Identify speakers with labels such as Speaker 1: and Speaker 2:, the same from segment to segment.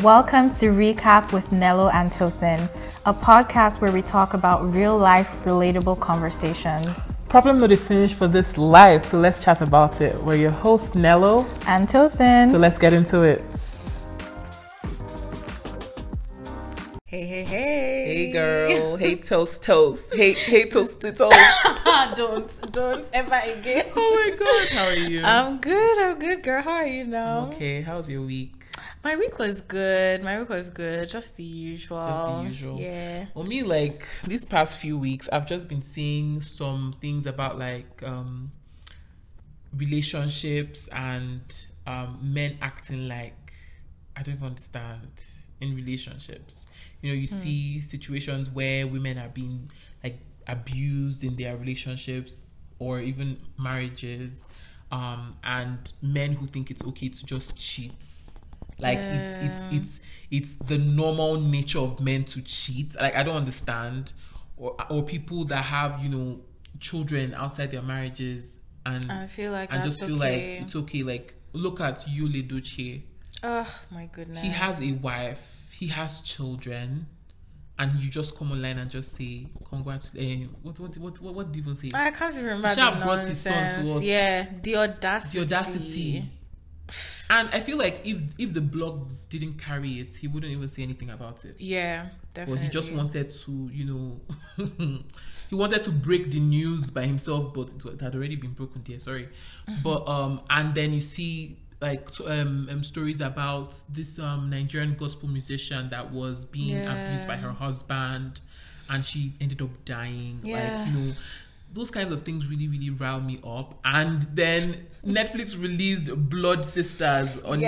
Speaker 1: Welcome to Recap with Nello and Tosin, a podcast where we talk about real life relatable conversations.
Speaker 2: Problem not a finish for this life, so let's chat about it. We're your host Nello,
Speaker 1: And Tosin.
Speaker 2: so let's get into it.
Speaker 3: Hey, hey, hey.
Speaker 2: Hey girl, hey toast toast, hey hey toasty toast.
Speaker 3: Ah, don't, don't ever again.
Speaker 2: oh my god, how are you?
Speaker 3: I'm good. I'm good, girl. How are you now?
Speaker 2: okay, how's your week?
Speaker 3: My week was good. My week was good. Just the usual.
Speaker 2: Just the usual.
Speaker 3: oh, Yeah.
Speaker 2: For me, like these past few weeks, I've just been seeing some things about like um relationships and um men acting like I don't even understand in relationships. You know, you see situations where women are being like abused in their relationships or even marriages, um, and men who think it's okay to just cheat like it's it's it's it's the normal nature of men to cheat like i don't understand or or people that have you know children outside their marriages and
Speaker 3: I feel like
Speaker 2: and
Speaker 3: that's
Speaker 2: just feel
Speaker 3: okay.
Speaker 2: like it's okay like look at you Liduce.
Speaker 3: Oh my goodness.
Speaker 2: he has a wife he has children and you just come online and just say congrats eh, what what what what, what did you even say
Speaker 3: I can't even remember.
Speaker 2: Isha
Speaker 3: the
Speaker 2: brought his son to
Speaker 3: nonsense.
Speaker 2: us.
Speaker 3: Yeah, the
Speaker 2: the
Speaker 3: audacity.
Speaker 2: audacity and i feel like if if the blogs didn't carry it he wouldn't even say anything about it
Speaker 3: Yeah,
Speaker 2: But
Speaker 3: definitely.
Speaker 2: he just wanted to, you know, he wanted to break the news by himself, but it, wa- it had already been broken there. Sorry,
Speaker 3: Mm-hmm.
Speaker 2: but um, and then you see like t- um, um stories about this um Nigerian gospel musician that was being
Speaker 3: Yeah.
Speaker 2: abused by her husband, and she ended up dying.
Speaker 3: Yeah.
Speaker 2: Like you know, those kinds of things really really rile me up. And then Netflix released Blood Sisters on,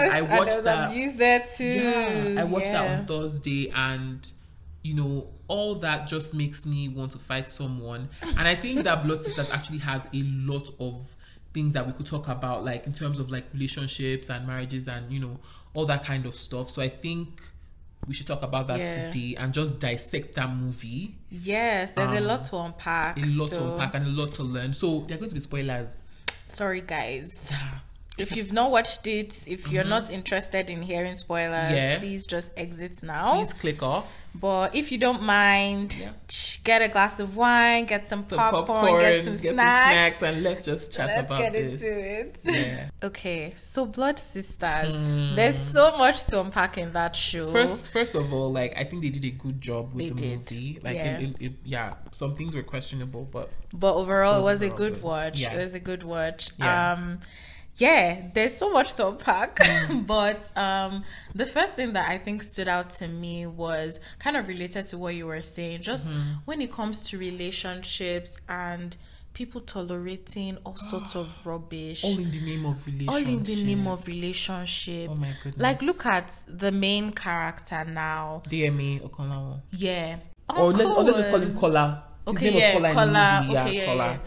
Speaker 2: on yeah, and I watched
Speaker 3: there was
Speaker 2: that.
Speaker 3: abuse there too.
Speaker 2: Yeah, I watched that
Speaker 3: Yeah.
Speaker 2: on Thursday, and you know, all that just makes me want to fight someone. And I think that Blood Sisters actually has a lot of things that we could talk about, like in terms of like relationships and marriages and you know, all that kind of stuff. So I think we should talk about that
Speaker 3: Yeah.
Speaker 2: today and just dissect that movie.
Speaker 3: Yes, there's a lot to unpack.
Speaker 2: Ah. A lot
Speaker 3: so-
Speaker 2: to unpack and a lot to learn. So there are going to be spoilers.
Speaker 3: Sorry, guys. If you've not watched it, if you're not interested in hearing spoilers,
Speaker 2: Mm-hmm. Yeah.
Speaker 3: please just exit now.
Speaker 2: Please click off.
Speaker 3: But if you don't mind,
Speaker 2: Yeah.
Speaker 3: ch- get a glass of wine, get some,
Speaker 2: Some
Speaker 3: popcorn, get some snacks.
Speaker 2: and let's just chat
Speaker 3: Let's
Speaker 2: about
Speaker 3: get
Speaker 2: this.
Speaker 3: into it.
Speaker 2: Yeah.
Speaker 3: Okay, so Blood Sisters. There's so much to unpack in that show.
Speaker 2: Hmm. First, first of all, like I think they did a good job with
Speaker 3: Oh. They
Speaker 2: the
Speaker 3: did.
Speaker 2: movie. Like,
Speaker 3: Yeah.
Speaker 2: It, it, it, yeah, some things were questionable, but
Speaker 3: but overall, it
Speaker 2: was
Speaker 3: was a
Speaker 2: overall
Speaker 3: good
Speaker 2: good.
Speaker 3: watch.
Speaker 2: Yeah.
Speaker 3: It was a good watch.
Speaker 2: Yeah.
Speaker 3: Um, yeah, there's so much to unpack,
Speaker 2: Hmm.
Speaker 3: but um, the first thing that I think stood out to me was kind of related to what you were saying. Just
Speaker 2: Mm-hmm.
Speaker 3: when it comes to relationships and people tolerating all sorts of rubbish,
Speaker 2: all in the name of relationship.
Speaker 3: all in the name of relationship.
Speaker 2: Oh my goodness!
Speaker 3: Like, look at the main character now.
Speaker 2: DME Okonlawo.
Speaker 3: Yeah.
Speaker 2: Or let's, or let's just call him
Speaker 3: Uncles.
Speaker 2: Kola. His
Speaker 3: Okay,
Speaker 2: name was
Speaker 3: yeah,
Speaker 2: Kola in the
Speaker 3: Kola.
Speaker 2: movie,
Speaker 3: okay, yeah,
Speaker 2: Kola.
Speaker 3: yeah.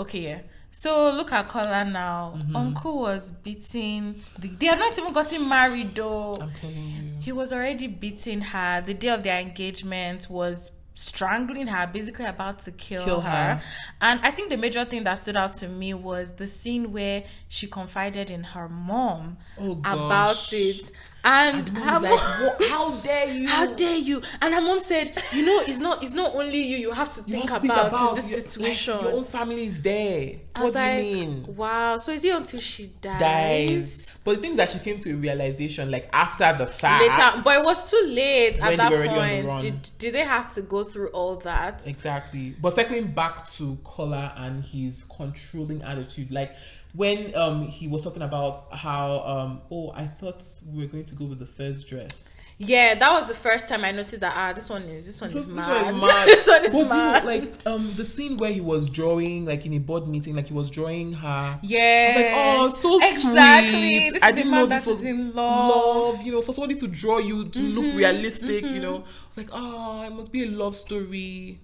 Speaker 3: Okay, yeah. So look at Kola now.
Speaker 2: Mm-hmm.
Speaker 3: Uncle was beating. The, they have not even gotten married though.
Speaker 2: I'm telling you.
Speaker 3: He was already beating her. The day of their engagement was strangling her, basically about to kill,
Speaker 2: Kill
Speaker 3: her.
Speaker 2: her.
Speaker 3: And I think the major thing that stood out to me was the scene where she confided in her mom
Speaker 2: Oh,
Speaker 3: about
Speaker 2: gosh.
Speaker 3: it. And
Speaker 2: And
Speaker 3: her
Speaker 2: he's like,
Speaker 3: mom-
Speaker 2: "What- how dare you?
Speaker 3: how dare you and her mom said you know it's not it's not only you you have to
Speaker 2: You
Speaker 3: think,
Speaker 2: have
Speaker 3: about,
Speaker 2: to
Speaker 3: this
Speaker 2: your- like,
Speaker 3: situation
Speaker 2: your own family is there.
Speaker 3: I
Speaker 2: What
Speaker 3: was
Speaker 2: do
Speaker 3: like,
Speaker 2: you mean?
Speaker 3: wow so is it until she dies,
Speaker 2: dies. But the thing is that she came to a realization like after the fact.
Speaker 3: later but it was too late
Speaker 2: Ah. When they
Speaker 3: at that
Speaker 2: were already on the
Speaker 3: point
Speaker 2: run.
Speaker 3: did, did they have to go through all that
Speaker 2: Exactly. But circling back to Kola and his controlling attitude, like when um he was talking about how um oh I thought we were going to go with the first dress.
Speaker 3: yeah that was the first time i noticed that ah this one is this one
Speaker 2: This
Speaker 3: is
Speaker 2: is
Speaker 3: mad
Speaker 2: what is mad.
Speaker 3: this one is
Speaker 2: But you know,
Speaker 3: mad
Speaker 2: like um the scene where he was drawing, like in a board meeting, like he was drawing her.
Speaker 3: yeah
Speaker 2: I was like, oh, so
Speaker 3: exactly.
Speaker 2: sweet.
Speaker 3: This
Speaker 2: I
Speaker 3: is a
Speaker 2: didn't
Speaker 3: man
Speaker 2: know this
Speaker 3: that
Speaker 2: was
Speaker 3: is in love. Mm-hmm.
Speaker 2: love, You know, for somebody to draw you "Ah, to look realistic. You know, I was like, oh, it must be a love story.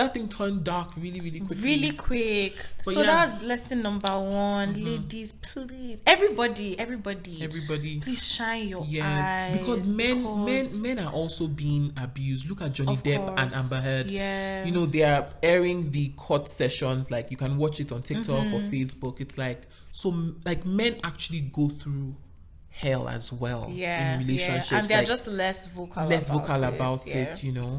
Speaker 2: that thing turned dark really, really quickly.
Speaker 3: really quick.
Speaker 2: But
Speaker 3: so
Speaker 2: yeah. Mm-hmm.
Speaker 3: that's lesson number one. Ladies, please, everybody, everybody,
Speaker 2: Everybody.
Speaker 3: please shine your
Speaker 2: Yes,
Speaker 3: eyes
Speaker 2: because men,
Speaker 3: because-
Speaker 2: men, men are also being abused. Look at Johnny
Speaker 3: Of
Speaker 2: Depp and
Speaker 3: course,
Speaker 2: Amber Heard.
Speaker 3: yeah.
Speaker 2: you know they are airing the court sessions. Like you can watch it on TikTok or
Speaker 3: Mm-hmm.
Speaker 2: Facebook. It's like so, m- like men actually go through hell as well
Speaker 3: yeah,
Speaker 2: in relationships.
Speaker 3: yeah, and they're
Speaker 2: like,
Speaker 3: just less vocal,
Speaker 2: less
Speaker 3: about
Speaker 2: vocal
Speaker 3: it,
Speaker 2: about
Speaker 3: yeah.
Speaker 2: it. You know,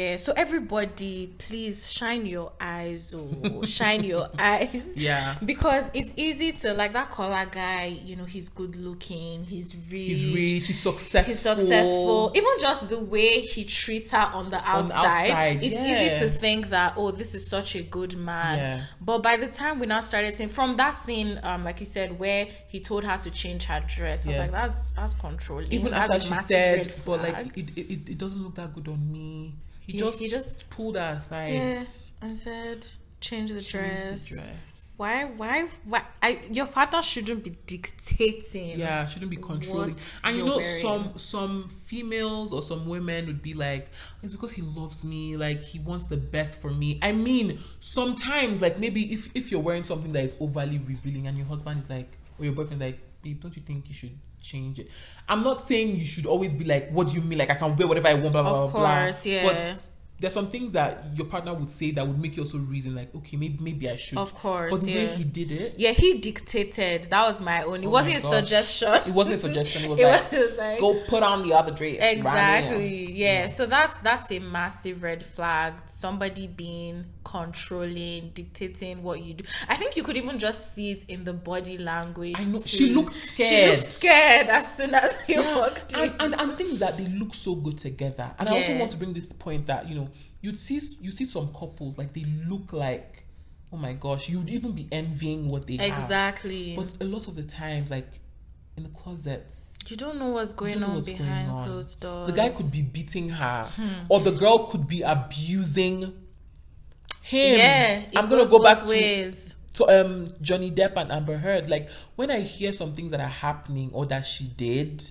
Speaker 3: Yeah, so everybody, please shine your eyes, oh, shine your eyes.
Speaker 2: Yeah.
Speaker 3: Because it's easy to like that color guy. You know, he's good looking, he's rich,
Speaker 2: he's rich, he's successful.
Speaker 3: he's successful. Even just the way he treats her on the outside,
Speaker 2: the outside,
Speaker 3: it's
Speaker 2: yeah.
Speaker 3: easy to think that oh, this is such a good man.
Speaker 2: Yeah.
Speaker 3: But by the time we now started seeing from that scene, um, like you said, where he told her to change her dress, I was
Speaker 2: Yes.
Speaker 3: like, that's that's controlling.
Speaker 2: Even
Speaker 3: That's
Speaker 2: after
Speaker 3: a
Speaker 2: she
Speaker 3: massive
Speaker 2: said,
Speaker 3: red
Speaker 2: "For
Speaker 3: flag."
Speaker 2: like it, it, it- it doesn't look that good on me." He
Speaker 3: He-
Speaker 2: just
Speaker 3: he just-
Speaker 2: pulled her aside.
Speaker 3: yeah, and said, change the
Speaker 2: changed
Speaker 3: dress.
Speaker 2: The dress.
Speaker 3: Why, why, why? I, your father shouldn't be dictating.
Speaker 2: yeah shouldn't be controlling
Speaker 3: what
Speaker 2: and you
Speaker 3: you're
Speaker 2: know
Speaker 3: wearing.
Speaker 2: some some females or some women would be like it's because he loves me like he wants the best for me i mean sometimes like maybe if if you're wearing something that is overly revealing and your husband is like or your boyfriend is like babe don't you think you should change it i'm not saying you should always be like what do you mean like i can wear whatever i want blah blah
Speaker 3: Of
Speaker 2: blah, blah
Speaker 3: course, yeah.
Speaker 2: but there's some things that your partner would say that would make you also reason like okay maybe maybe i should
Speaker 3: Of course,
Speaker 2: but the way
Speaker 3: yeah.
Speaker 2: he did it
Speaker 3: Yeah, he dictated. That was my own. It
Speaker 2: Oh
Speaker 3: wasn't
Speaker 2: my
Speaker 3: a
Speaker 2: gosh.
Speaker 3: suggestion.
Speaker 2: It wasn't a suggestion. It was
Speaker 3: It
Speaker 2: like,
Speaker 3: was like-
Speaker 2: go put on the other dress. right
Speaker 3: exactly.
Speaker 2: now."
Speaker 3: yeah. So that's that's a massive red flag. Somebody being controlling, dictating what you do. I think you could even just see it in the body language.
Speaker 2: I know.
Speaker 3: too.
Speaker 2: She looked
Speaker 3: She
Speaker 2: scared.
Speaker 3: looked scared as soon as he walked in.
Speaker 2: And, and, and the thing is that they look so good together. And I also
Speaker 3: Yeah.
Speaker 2: want to bring this point that you know you'd see you see some couples like they look like oh my gosh you'd even be envying what they have.
Speaker 3: exactly.
Speaker 2: But a lot of the times like in the closets.
Speaker 3: you don't know what's
Speaker 2: you
Speaker 3: going
Speaker 2: don't know
Speaker 3: on
Speaker 2: what's going
Speaker 3: behind
Speaker 2: on.
Speaker 3: closed doors. Hmm.
Speaker 2: The guy could be beating her, or the girl could be abusing him.
Speaker 3: Yeah, it
Speaker 2: I'm gonna
Speaker 3: goes
Speaker 2: go back
Speaker 3: both
Speaker 2: to
Speaker 3: ways.
Speaker 2: to um Johnny Depp and Amber Heard, like when I hear some things that are happening or that she did,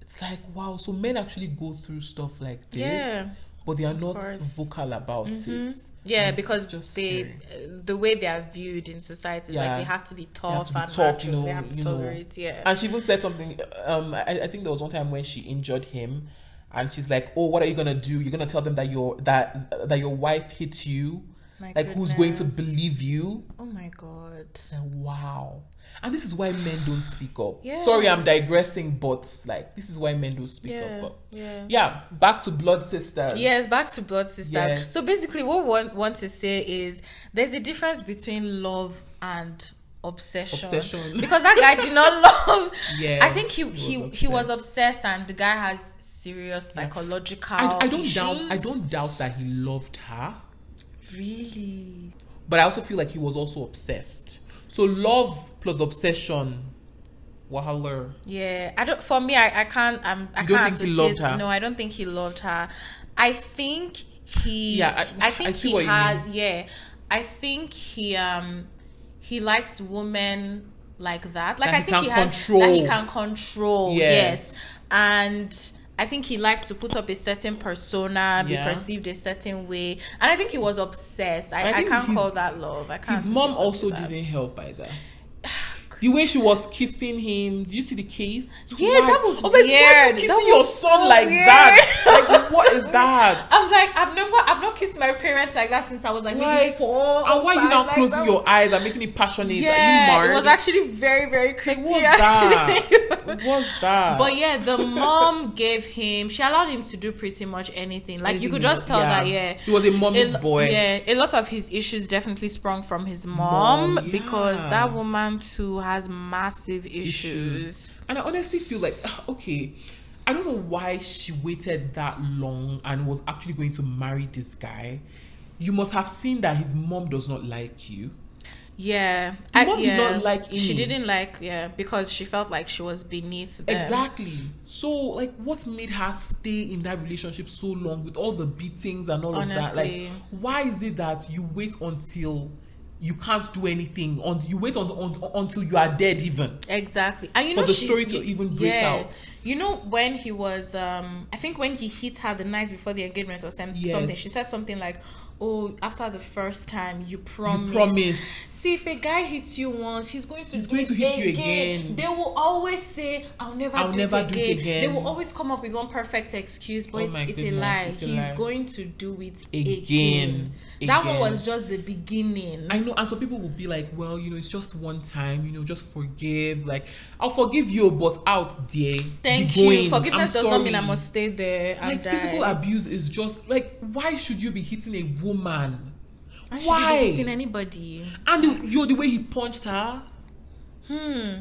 Speaker 2: it's like wow. So men actually go through stuff like this,
Speaker 3: Yeah.
Speaker 2: but they are not
Speaker 3: course. Mm-hmm.
Speaker 2: vocal about it.
Speaker 3: Yeah,
Speaker 2: And it's
Speaker 3: because
Speaker 2: just
Speaker 3: they
Speaker 2: scary.
Speaker 3: uh, the way they are viewed in society is
Speaker 2: Yeah.
Speaker 3: like they have to be
Speaker 2: They have
Speaker 3: tough
Speaker 2: to be
Speaker 3: and
Speaker 2: tough, you
Speaker 3: macho,
Speaker 2: know,
Speaker 3: they have to
Speaker 2: you know.
Speaker 3: tolerate. Yeah,
Speaker 2: And she even said something. Um, I, I think there was one time when she injured him, and she's like, "Oh, what are you gonna do? You're gonna tell them that your that that your wife hit you?
Speaker 3: My
Speaker 2: like who's going to
Speaker 3: goodness.
Speaker 2: believe you?"
Speaker 3: oh my god.
Speaker 2: Like, Wow. And this is why men don't speak up.
Speaker 3: Yeah.
Speaker 2: Sorry, I'm digressing, but like this is why men don't speak
Speaker 3: Yeah,
Speaker 2: up. But,
Speaker 3: yeah.
Speaker 2: yeah, back to blood sisters.
Speaker 3: Yes, back to blood sisters.
Speaker 2: Yes.
Speaker 3: So basically, what one want to say is there's a difference between love and obsession.
Speaker 2: Obsession.
Speaker 3: Because that guy did not love.
Speaker 2: Yeah,
Speaker 3: I think he
Speaker 2: he was
Speaker 3: he he was
Speaker 2: obsessed.
Speaker 3: obsessed, and the guy has serious psychological.
Speaker 2: I, I don't
Speaker 3: issues.
Speaker 2: doubt I don't doubt that he loved her,
Speaker 3: really.
Speaker 2: but I also feel like he was also obsessed. So love plus obsession. Wahaler.
Speaker 3: Yeah, I don't. For me, I, I can't. I'm. I
Speaker 2: You
Speaker 3: can't
Speaker 2: don't think
Speaker 3: associate.
Speaker 2: he loved her?
Speaker 3: No, I don't think he loved her. I think he.
Speaker 2: Yeah, I-
Speaker 3: I,
Speaker 2: I
Speaker 3: think
Speaker 2: see what
Speaker 3: he
Speaker 2: you
Speaker 3: has. Yeah, I think he. Um, he likes women like that. Like
Speaker 2: That
Speaker 3: I
Speaker 2: he
Speaker 3: think
Speaker 2: can
Speaker 3: he has that he
Speaker 2: control.
Speaker 3: can control.
Speaker 2: Yes.
Speaker 3: Yes. and. I think he likes to put up a certain persona, be
Speaker 2: Yeah.
Speaker 3: perceived a certain way, and I think he was obsessed.
Speaker 2: I
Speaker 3: I, I,
Speaker 2: think
Speaker 3: can't
Speaker 2: his-
Speaker 3: call that love. I can't.
Speaker 2: His mom
Speaker 3: associate
Speaker 2: also
Speaker 3: that.
Speaker 2: didn't help either. The way she was kissing him, did you see the case?
Speaker 3: Yeah, that was
Speaker 2: like, Why are you
Speaker 3: weird.
Speaker 2: kissing
Speaker 3: That
Speaker 2: your
Speaker 3: was
Speaker 2: son
Speaker 3: so
Speaker 2: like
Speaker 3: weird.
Speaker 2: that?
Speaker 3: That
Speaker 2: Like,
Speaker 3: was
Speaker 2: what
Speaker 3: so
Speaker 2: is
Speaker 3: weird.
Speaker 2: that?
Speaker 3: I'm like, I've never, I've not kissed my parents like that since I was like maybe
Speaker 2: Like,
Speaker 3: four.
Speaker 2: And
Speaker 3: or
Speaker 2: why are you
Speaker 3: five,
Speaker 2: now
Speaker 3: like,
Speaker 2: closing
Speaker 3: that
Speaker 2: your
Speaker 3: was-
Speaker 2: eyes and making it passionate?
Speaker 3: Yeah,
Speaker 2: are you marred?
Speaker 3: it was actually very, very creepy.
Speaker 2: what's
Speaker 3: actually.
Speaker 2: that? What's that?
Speaker 3: But yeah, the mom gave him. She allowed him to do pretty much anything. Like you could just tell that, yeah,
Speaker 2: He was a mommy's
Speaker 3: a-
Speaker 2: boy.
Speaker 3: Yeah, a lot of his issues definitely sprung from his mom,
Speaker 2: Mom,
Speaker 3: because
Speaker 2: yeah.
Speaker 3: that woman too has massive issues.
Speaker 2: Issues. And I honestly feel like ah, okay. I don't know why she waited that long and was actually going to marry this guy. You must have seen that his mom does not like you.
Speaker 3: Yeah,
Speaker 2: mom did not like
Speaker 3: She
Speaker 2: him.
Speaker 3: didn't like yeah because she felt like she was beneath them.
Speaker 2: Exactly. So, like, what made her stay in that relationship so long with all the beatings and all of that? Like,
Speaker 3: Honestly.
Speaker 2: why is it that you wait until you can't do anything on you wait on, on until you are dead even
Speaker 3: Exactly. And you
Speaker 2: For
Speaker 3: know
Speaker 2: the
Speaker 3: she-
Speaker 2: story to
Speaker 3: you-
Speaker 2: even break out.
Speaker 3: You know when he was um I think when he hit her the night before the engagement or some,
Speaker 2: Yes.
Speaker 3: something, she said something like, Oh, after the first time you promised.
Speaker 2: promised.
Speaker 3: See if a guy hits you once, he's going to
Speaker 2: He's
Speaker 3: do
Speaker 2: going
Speaker 3: it
Speaker 2: to hit you again.
Speaker 3: They will always say, I'll never,
Speaker 2: I'll
Speaker 3: do,
Speaker 2: never
Speaker 3: it
Speaker 2: do it
Speaker 3: again. They
Speaker 2: again.
Speaker 3: will always come up with one perfect excuse, but
Speaker 2: Oh
Speaker 3: it's,
Speaker 2: my
Speaker 3: it's a
Speaker 2: goodness,
Speaker 3: lie.
Speaker 2: it's a
Speaker 3: he's
Speaker 2: lie.
Speaker 3: going to do it
Speaker 2: Again.
Speaker 3: again. That one
Speaker 2: Again.
Speaker 3: was just the beginning.
Speaker 2: I know, and some people will be like, well, you know, it's just one time, you know, just forgive. Like, I'll forgive you, but out there. be
Speaker 3: Thank
Speaker 2: going.
Speaker 3: you. Forgiveness
Speaker 2: I'm
Speaker 3: does not mean I
Speaker 2: sorry.
Speaker 3: must stay there. And
Speaker 2: Like, physical
Speaker 3: die.
Speaker 2: abuse is just like, why should you be hitting a woman?
Speaker 3: I should
Speaker 2: Why?
Speaker 3: be hitting anybody.
Speaker 2: And the, you know, the way he punched her.
Speaker 3: Hmm.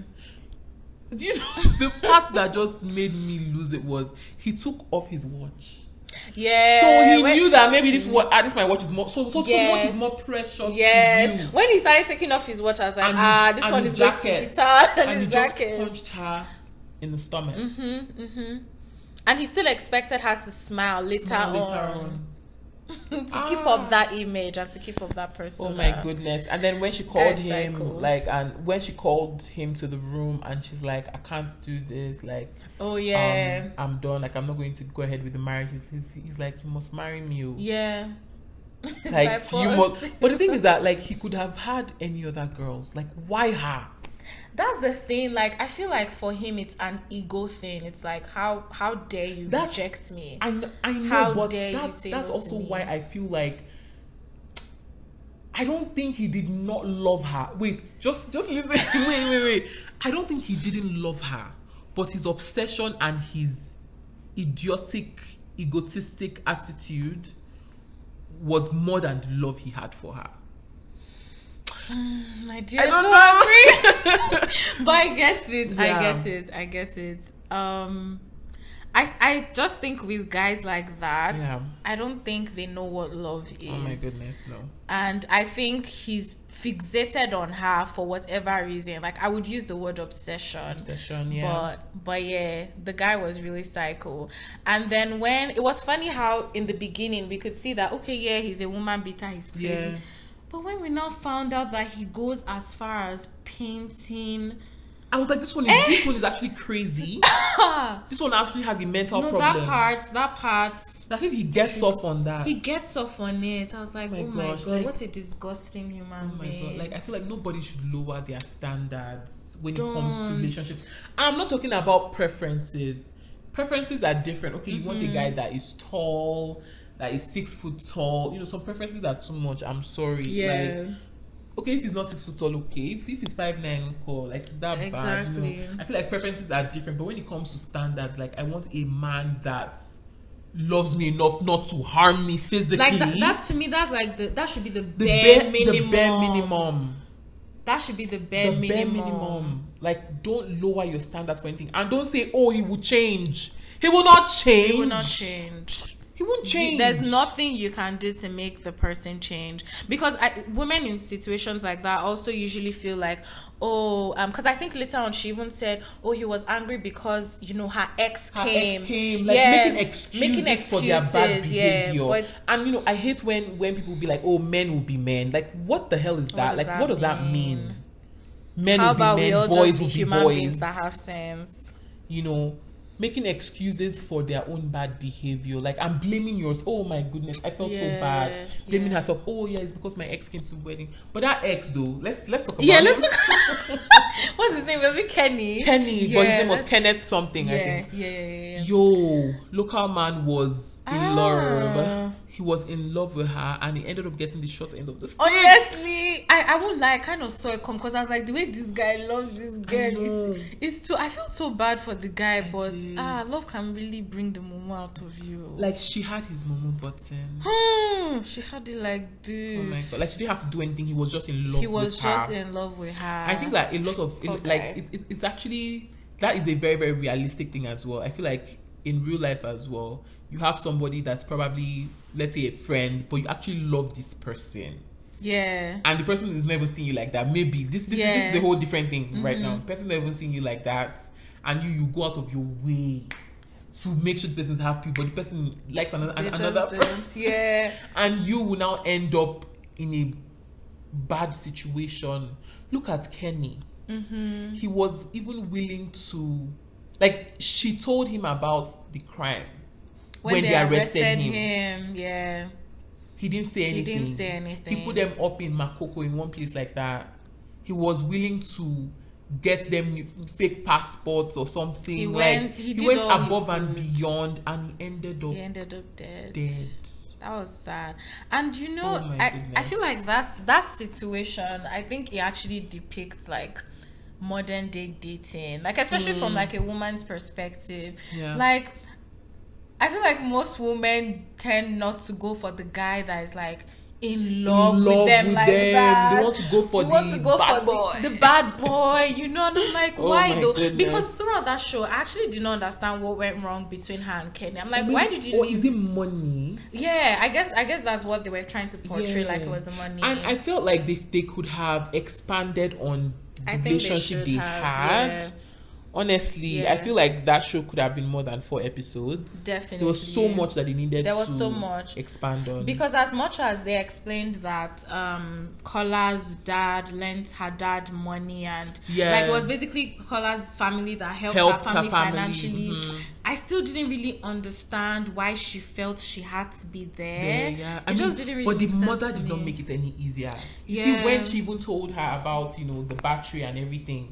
Speaker 2: Do you know the part that just made me lose it was he took off his watch.
Speaker 3: Yeah.
Speaker 2: so he
Speaker 3: Eh, when-
Speaker 2: knew that maybe this wa- ah, this my watch is more so so, so
Speaker 3: Yes.
Speaker 2: watch is more precious
Speaker 3: Yes.
Speaker 2: to you.
Speaker 3: When he started taking off his watch, I was like,
Speaker 2: And his-
Speaker 3: ah, this
Speaker 2: and
Speaker 3: one
Speaker 2: his
Speaker 3: is going to
Speaker 2: jacket.
Speaker 3: hit her and,
Speaker 2: and
Speaker 3: his
Speaker 2: he
Speaker 3: jacket.
Speaker 2: just punched her in the stomach.
Speaker 3: Mm-hmm, mm-hmm. And he still expected her to smile later
Speaker 2: Later
Speaker 3: on,
Speaker 2: on.
Speaker 3: to keep
Speaker 2: Ah.
Speaker 3: up that image and to keep up that person.
Speaker 2: Oh my goodness! And then when she
Speaker 3: Guys
Speaker 2: called him,
Speaker 3: psycho.
Speaker 2: like, and when she called him to the room, and she's like, "I can't do this. Like,
Speaker 3: Oh yeah.
Speaker 2: um, I'm done. Like, I'm not going to go ahead with the marriage." He's, he's, he's like, "You must marry me." oh."
Speaker 3: yeah. It's by
Speaker 2: Like, you
Speaker 3: force.
Speaker 2: must. But the thing is that, like, he could have had any other girls. Like, why her?
Speaker 3: That's the thing. Like, I feel like for him, it's an ego thing. It's like, how how dare you
Speaker 2: That-
Speaker 3: reject me?
Speaker 2: I know, I know
Speaker 3: How
Speaker 2: but
Speaker 3: dare you
Speaker 2: that's,
Speaker 3: say
Speaker 2: that's
Speaker 3: no to
Speaker 2: also
Speaker 3: me?
Speaker 2: why I feel like I don't think he did not love her. Wait, just just listen. wait, wait, wait. I don't think he didn't love her, but his obsession and his idiotic, egotistic attitude was more than the love he had for her.
Speaker 3: I do I
Speaker 2: don't
Speaker 3: don't agree. but I get it.
Speaker 2: Yeah.
Speaker 3: I get it. I get it. Um I I just think with guys like that,
Speaker 2: Yeah.
Speaker 3: I don't think they know what love is.
Speaker 2: Oh my goodness, no.
Speaker 3: And I think he's fixated on her for whatever reason. Like I would use the word obsession.
Speaker 2: Obsession, yeah.
Speaker 3: But but yeah, the guy was really psycho. And then when it was funny how in the beginning we could see that okay, yeah, he's a woman beater, he's crazy.
Speaker 2: Yeah.
Speaker 3: But when we now found out that he goes as far as painting
Speaker 2: I was like, this one is
Speaker 3: Eh?
Speaker 2: this one is actually crazy.
Speaker 3: no,
Speaker 2: this one actually has a mental problem.
Speaker 3: Ah. that part, that part
Speaker 2: That's if he gets off on that.
Speaker 3: he gets off on it. I was like,
Speaker 2: my
Speaker 3: oh my,
Speaker 2: gosh,
Speaker 3: god,
Speaker 2: like-
Speaker 3: what a disgusting human
Speaker 2: Oh my
Speaker 3: being.
Speaker 2: god! Like I feel like nobody should lower their standards when it comes to
Speaker 3: Don't.
Speaker 2: relationships. I'm not talking about preferences. Preferences are different. Okay, you want a
Speaker 3: Mm-hmm.
Speaker 2: guy that is tall, that is six foot tall. You know, some preferences are too much. I'm sorry.
Speaker 3: yeah.
Speaker 2: Like, okay, if he's not six foot tall, okay. If, if he's five nine, cool. Like is that bad? You know?
Speaker 3: Exactly.
Speaker 2: I feel like preferences are different. But when it comes to standards, like I want a man that loves me enough not to harm me physically.
Speaker 3: Like that, that to me, that's like the that should be the,
Speaker 2: the
Speaker 3: bare,
Speaker 2: bare-
Speaker 3: minimum.
Speaker 2: The bare minimum.
Speaker 3: That should be the bare,
Speaker 2: the
Speaker 3: minimum.
Speaker 2: bare minimum. Like, don't lower your standards for anything, and don't say, "Oh, he will change." He will not change.
Speaker 3: It will not change.
Speaker 2: He won't
Speaker 3: You-
Speaker 2: change.
Speaker 3: There's nothing you can do to make the person change because I, women in situations like that also usually feel like, oh, um, because I think later on she even said, oh, he was angry because you know her ex
Speaker 2: Her
Speaker 3: came,
Speaker 2: ex came, like making, excuses for their bad
Speaker 3: excuses, yeah,
Speaker 2: behavior.
Speaker 3: but
Speaker 2: and you know, I hate when when people be like, "Oh, men will be men." Like, what the hell is that?
Speaker 3: does
Speaker 2: like,
Speaker 3: that
Speaker 2: what does that
Speaker 3: mean?
Speaker 2: mean? Men
Speaker 3: how
Speaker 2: will
Speaker 3: about
Speaker 2: be men,
Speaker 3: we all
Speaker 2: boys
Speaker 3: just be
Speaker 2: will
Speaker 3: human
Speaker 2: be boys.
Speaker 3: beings that have sense?
Speaker 2: you know making excuses for their own bad behavior like i'm blaming yours oh my goodness i felt so
Speaker 3: Yeah,
Speaker 2: bad blaming
Speaker 3: yeah.
Speaker 2: herself oh yeah it's because my ex came to the wedding but that ex though let's let's talk about
Speaker 3: Yeah,
Speaker 2: him.
Speaker 3: let's talk. What's his name? Was it Kenny?
Speaker 2: kenny but his name was
Speaker 3: let's-
Speaker 2: kenneth something i
Speaker 3: Yeah,
Speaker 2: think
Speaker 3: yeah, yeah, yeah, yeah.
Speaker 2: yo local man was in
Speaker 3: Ah.
Speaker 2: love he was in love with her and he ended up getting the short end of the
Speaker 3: Oh,
Speaker 2: stick
Speaker 3: Honestly, I, I won't lie, I kind of saw it come because I was like, the way this guy loves this girl
Speaker 2: know.
Speaker 3: is it's too I felt so bad for the guy, but
Speaker 2: did.
Speaker 3: ah, love can really bring the mumu out of you.
Speaker 2: like she had his mumu button
Speaker 3: hmm, she had it like this.
Speaker 2: oh my god like she didn't have to do anything he was just in love
Speaker 3: he was
Speaker 2: with
Speaker 3: just
Speaker 2: her.
Speaker 3: in love with her.
Speaker 2: I think like a lot of
Speaker 3: Okay.
Speaker 2: like it's, it's it's actually that is a very very realistic thing as well. I feel like in real life as well, you have somebody that's probably let's say a friend, but you actually love this person,
Speaker 3: yeah.
Speaker 2: and the person is never seeing you like that. Maybe this this, this is
Speaker 3: Yeah.
Speaker 2: a whole different thing right now. The person's never seeing you like that, and you you go out of your way to make sure the person's happy, but the person likes another
Speaker 3: They
Speaker 2: another
Speaker 3: just don't.
Speaker 2: person
Speaker 3: Yeah.
Speaker 2: and you will now end up in a bad situation. Look at Kenny. He was even willing to, like, she told him about the crime when, they, arrested, him.
Speaker 3: yeah.
Speaker 2: He didn't say
Speaker 3: He
Speaker 2: anything.
Speaker 3: didn't say anything.
Speaker 2: He put them up in Makoko in one place like that. He was willing to get them new- fake passports or something.
Speaker 3: He
Speaker 2: like,
Speaker 3: went- he
Speaker 2: he,
Speaker 3: did
Speaker 2: went
Speaker 3: all he
Speaker 2: above and
Speaker 3: could.
Speaker 2: beyond, and he ended up
Speaker 3: He ended up dead.
Speaker 2: dead.
Speaker 3: That was sad. And you know,
Speaker 2: Oh my
Speaker 3: I, I feel
Speaker 2: goodness.
Speaker 3: like that's that situation, I think it actually depicts like modern day dating. Like especially from like a woman's perspective.
Speaker 2: Mm. Yeah.
Speaker 3: Like I feel like most women tend not to go for the guy that is like in love, with
Speaker 2: love
Speaker 3: them
Speaker 2: with
Speaker 3: like
Speaker 2: them.
Speaker 3: that.
Speaker 2: They want to go for
Speaker 3: They want
Speaker 2: the
Speaker 3: to go
Speaker 2: bad
Speaker 3: for
Speaker 2: boy.
Speaker 3: The, the bad boy. You know, and I'm like,
Speaker 2: Oh
Speaker 3: why
Speaker 2: my
Speaker 3: though? Because
Speaker 2: goodness.
Speaker 3: throughout that show, I actually did not understand what went wrong between her and Kenny. I'm like, why did you
Speaker 2: Or
Speaker 3: leave
Speaker 2: is it money?
Speaker 3: yeah, I guess I guess that's what they were trying to portray, like it was the money.
Speaker 2: And I felt like they, they could have expanded on the
Speaker 3: I think they should
Speaker 2: relationship they,
Speaker 3: have,
Speaker 2: had.
Speaker 3: yeah.
Speaker 2: Honestly, I
Speaker 3: Yeah.
Speaker 2: feel like that show could have been more than four episodes. There
Speaker 3: Definitely,
Speaker 2: was so
Speaker 3: yeah.
Speaker 2: much that they needed
Speaker 3: There was
Speaker 2: to
Speaker 3: so much.
Speaker 2: expand on.
Speaker 3: because as much as they explained that um Cola's dad lent her dad money and
Speaker 2: Yeah.
Speaker 3: like it was basically Cola's family that helped,
Speaker 2: Helped
Speaker 3: her,
Speaker 2: her
Speaker 3: family
Speaker 2: family,
Speaker 3: financially.
Speaker 2: mhm.
Speaker 3: I still didn't really understand why she felt she had to be
Speaker 2: yeah,
Speaker 3: there.
Speaker 2: yeah.
Speaker 3: Eh? It
Speaker 2: I mean,
Speaker 3: just didn't really
Speaker 2: but the
Speaker 3: make sense
Speaker 2: mother
Speaker 3: to
Speaker 2: did not
Speaker 3: me.
Speaker 2: make it any easier. You
Speaker 3: Yeah.
Speaker 2: see, when she even told her about you know the battery and everything,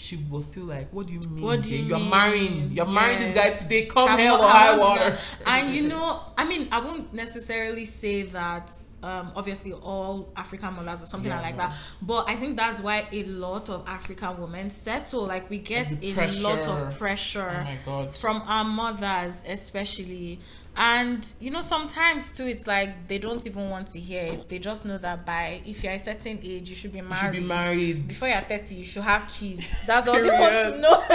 Speaker 2: she was still like, "What do you mean?
Speaker 3: What do you
Speaker 2: dear? You're
Speaker 3: mean?
Speaker 2: marrying. You're marrying this
Speaker 3: Yeah.
Speaker 2: guy today. Come
Speaker 3: I'm
Speaker 2: hell
Speaker 3: not-
Speaker 2: or
Speaker 3: I'm
Speaker 2: high
Speaker 3: not doing
Speaker 2: water."
Speaker 3: that. And you know, I mean, I won't necessarily say that. Um, obviously, all African mothers or something
Speaker 2: Yeah,
Speaker 3: like
Speaker 2: no.
Speaker 3: that. But I think that's why a lot of African women settle. Like we get
Speaker 2: The
Speaker 3: a
Speaker 2: pressure.
Speaker 3: lot of pressure
Speaker 2: Oh my God.
Speaker 3: from our mothers, especially. And you know, sometimes too, it's like they don't even want to hear it. They just know that by if you're a certain age, you should be
Speaker 2: You
Speaker 3: married.
Speaker 2: should be married
Speaker 3: Before you're 30, you should have kids. That's all they want to
Speaker 2: Period.
Speaker 3: know.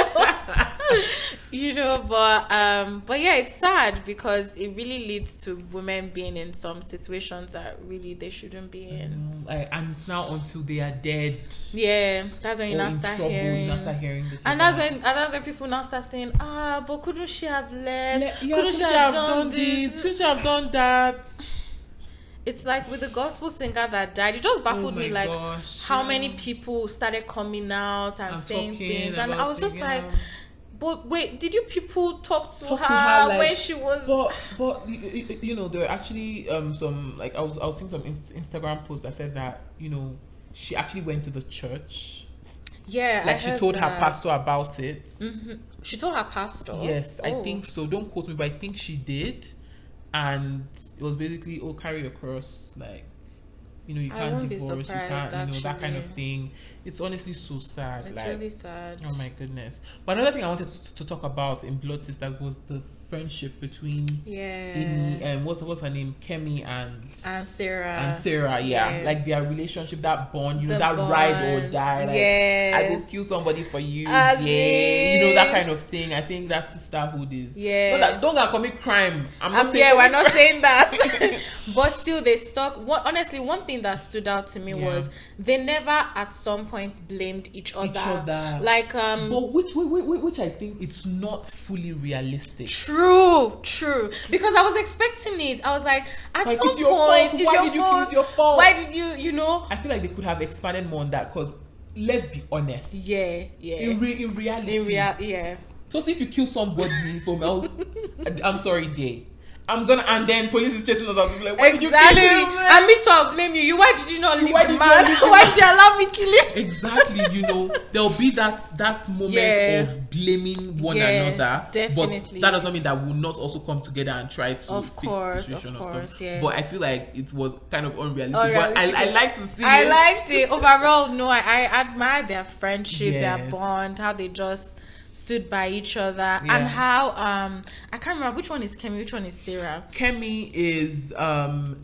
Speaker 3: you know but um but yeah it's sad because it really leads to women being in some situations that really they shouldn't be in
Speaker 2: Mm, like, and it's now until they are dead
Speaker 3: yeah that's when you
Speaker 2: or
Speaker 3: now
Speaker 2: in
Speaker 3: start
Speaker 2: trouble, you
Speaker 3: hearing
Speaker 2: now start hearing this.
Speaker 3: and
Speaker 2: or
Speaker 3: that's
Speaker 2: that.
Speaker 3: when and that's when people now start saying ah but couldn't she have left
Speaker 2: Le- yeah,
Speaker 3: couldn't, she have, done, this,
Speaker 2: Could she have done that?
Speaker 3: it's like with the gospel singer that died it just baffled
Speaker 2: Oh
Speaker 3: me
Speaker 2: my
Speaker 3: like
Speaker 2: gosh,
Speaker 3: how
Speaker 2: yeah.
Speaker 3: many people started coming out and
Speaker 2: I'm
Speaker 3: saying
Speaker 2: talking
Speaker 3: things and i
Speaker 2: about
Speaker 3: was just
Speaker 2: it, you
Speaker 3: like
Speaker 2: know.
Speaker 3: but wait did you people talk to
Speaker 2: Talk
Speaker 3: her,
Speaker 2: to her, like,
Speaker 3: when she was
Speaker 2: But but y- y- y- you know there were actually um some like I was I was seeing some ins- Instagram post that said that you know she actually went to the church
Speaker 3: yeah I
Speaker 2: like she
Speaker 3: heard
Speaker 2: told her
Speaker 3: that.
Speaker 2: pastor about it.
Speaker 3: She told her pastor.
Speaker 2: Yes, I
Speaker 3: Oh.
Speaker 2: think so. Don't quote me, but I think she did, and it was basically oh carry your cross like. You know, you
Speaker 3: I
Speaker 2: can't
Speaker 3: won't be
Speaker 2: divorce, you
Speaker 3: surprised,
Speaker 2: can't, you know, that kind of
Speaker 3: actually.
Speaker 2: thing. It's honestly so sad.
Speaker 3: It's
Speaker 2: like,
Speaker 3: really sad.
Speaker 2: Oh my goodness. But another thing I wanted to, to talk about in Blood Sisters was the friendship between
Speaker 3: Yeah.
Speaker 2: Amy, um, what's, what's her name? Kemi and
Speaker 3: and Sarah.
Speaker 2: and Sarah, yeah.
Speaker 3: yeah.
Speaker 2: Like their relationship, that bond, you know,
Speaker 3: The
Speaker 2: that ride or
Speaker 3: bond,
Speaker 2: die. Like I will
Speaker 3: yes.
Speaker 2: kill somebody for you.
Speaker 3: As
Speaker 2: yeah. You know,
Speaker 3: in-
Speaker 2: that kind of thing. I think that sisterhood is
Speaker 3: Yeah.
Speaker 2: Not that, don't go and commit crime. I'm not
Speaker 3: Um,
Speaker 2: saying
Speaker 3: yeah, we're not
Speaker 2: commit
Speaker 3: saying that. but still, they stuck. One, honestly, one thing that stood out to me
Speaker 2: Yeah.
Speaker 3: was they never at some point blamed each other.
Speaker 2: other.
Speaker 3: Like,
Speaker 2: crime.
Speaker 3: um,
Speaker 2: But which, which which which I think it's not fully realistic.
Speaker 3: True, true. Because I was expecting it. I was like, at
Speaker 2: Like,
Speaker 3: some
Speaker 2: it's your
Speaker 3: point,
Speaker 2: fault.
Speaker 3: it's
Speaker 2: Why
Speaker 3: your
Speaker 2: did you
Speaker 3: fault.
Speaker 2: kiss your fault?
Speaker 3: Why did you, you know?
Speaker 2: I feel like they could have expanded more on that because let's be honest.
Speaker 3: Yeah, yeah.
Speaker 2: In, re- in reality,
Speaker 3: In real, yeah.
Speaker 2: just if you kill somebody for my, I'm sorry, dear. I'm gonna and then police is chasing us. I'll be like, why
Speaker 3: Exactly.
Speaker 2: did you kill him?
Speaker 3: And me too, I'll blame you. You why did you not leave
Speaker 2: why
Speaker 3: the
Speaker 2: did
Speaker 3: man?
Speaker 2: you leave the
Speaker 3: why did you allow me kill him?
Speaker 2: Exactly, you know, there'll be that that moment
Speaker 3: Yeah.
Speaker 2: of blaming one
Speaker 3: Yeah,
Speaker 2: another.
Speaker 3: definitely.
Speaker 2: But that does not mean that we'll not also come together and try to
Speaker 3: Of
Speaker 2: fix
Speaker 3: course,
Speaker 2: the
Speaker 3: of
Speaker 2: situation or
Speaker 3: course,
Speaker 2: stuff.
Speaker 3: yeah.
Speaker 2: But I feel like it was kind of unrealistic.
Speaker 3: Unrealistic.
Speaker 2: But I, I like to see
Speaker 3: I
Speaker 2: it.
Speaker 3: liked it. Overall, no, I, I admire their friendship, their
Speaker 2: Yes.
Speaker 3: bond, how they just stood by each other and
Speaker 2: Yeah.
Speaker 3: how um I can't remember which one is Kemi, which one is Sarah.
Speaker 2: Kemi is um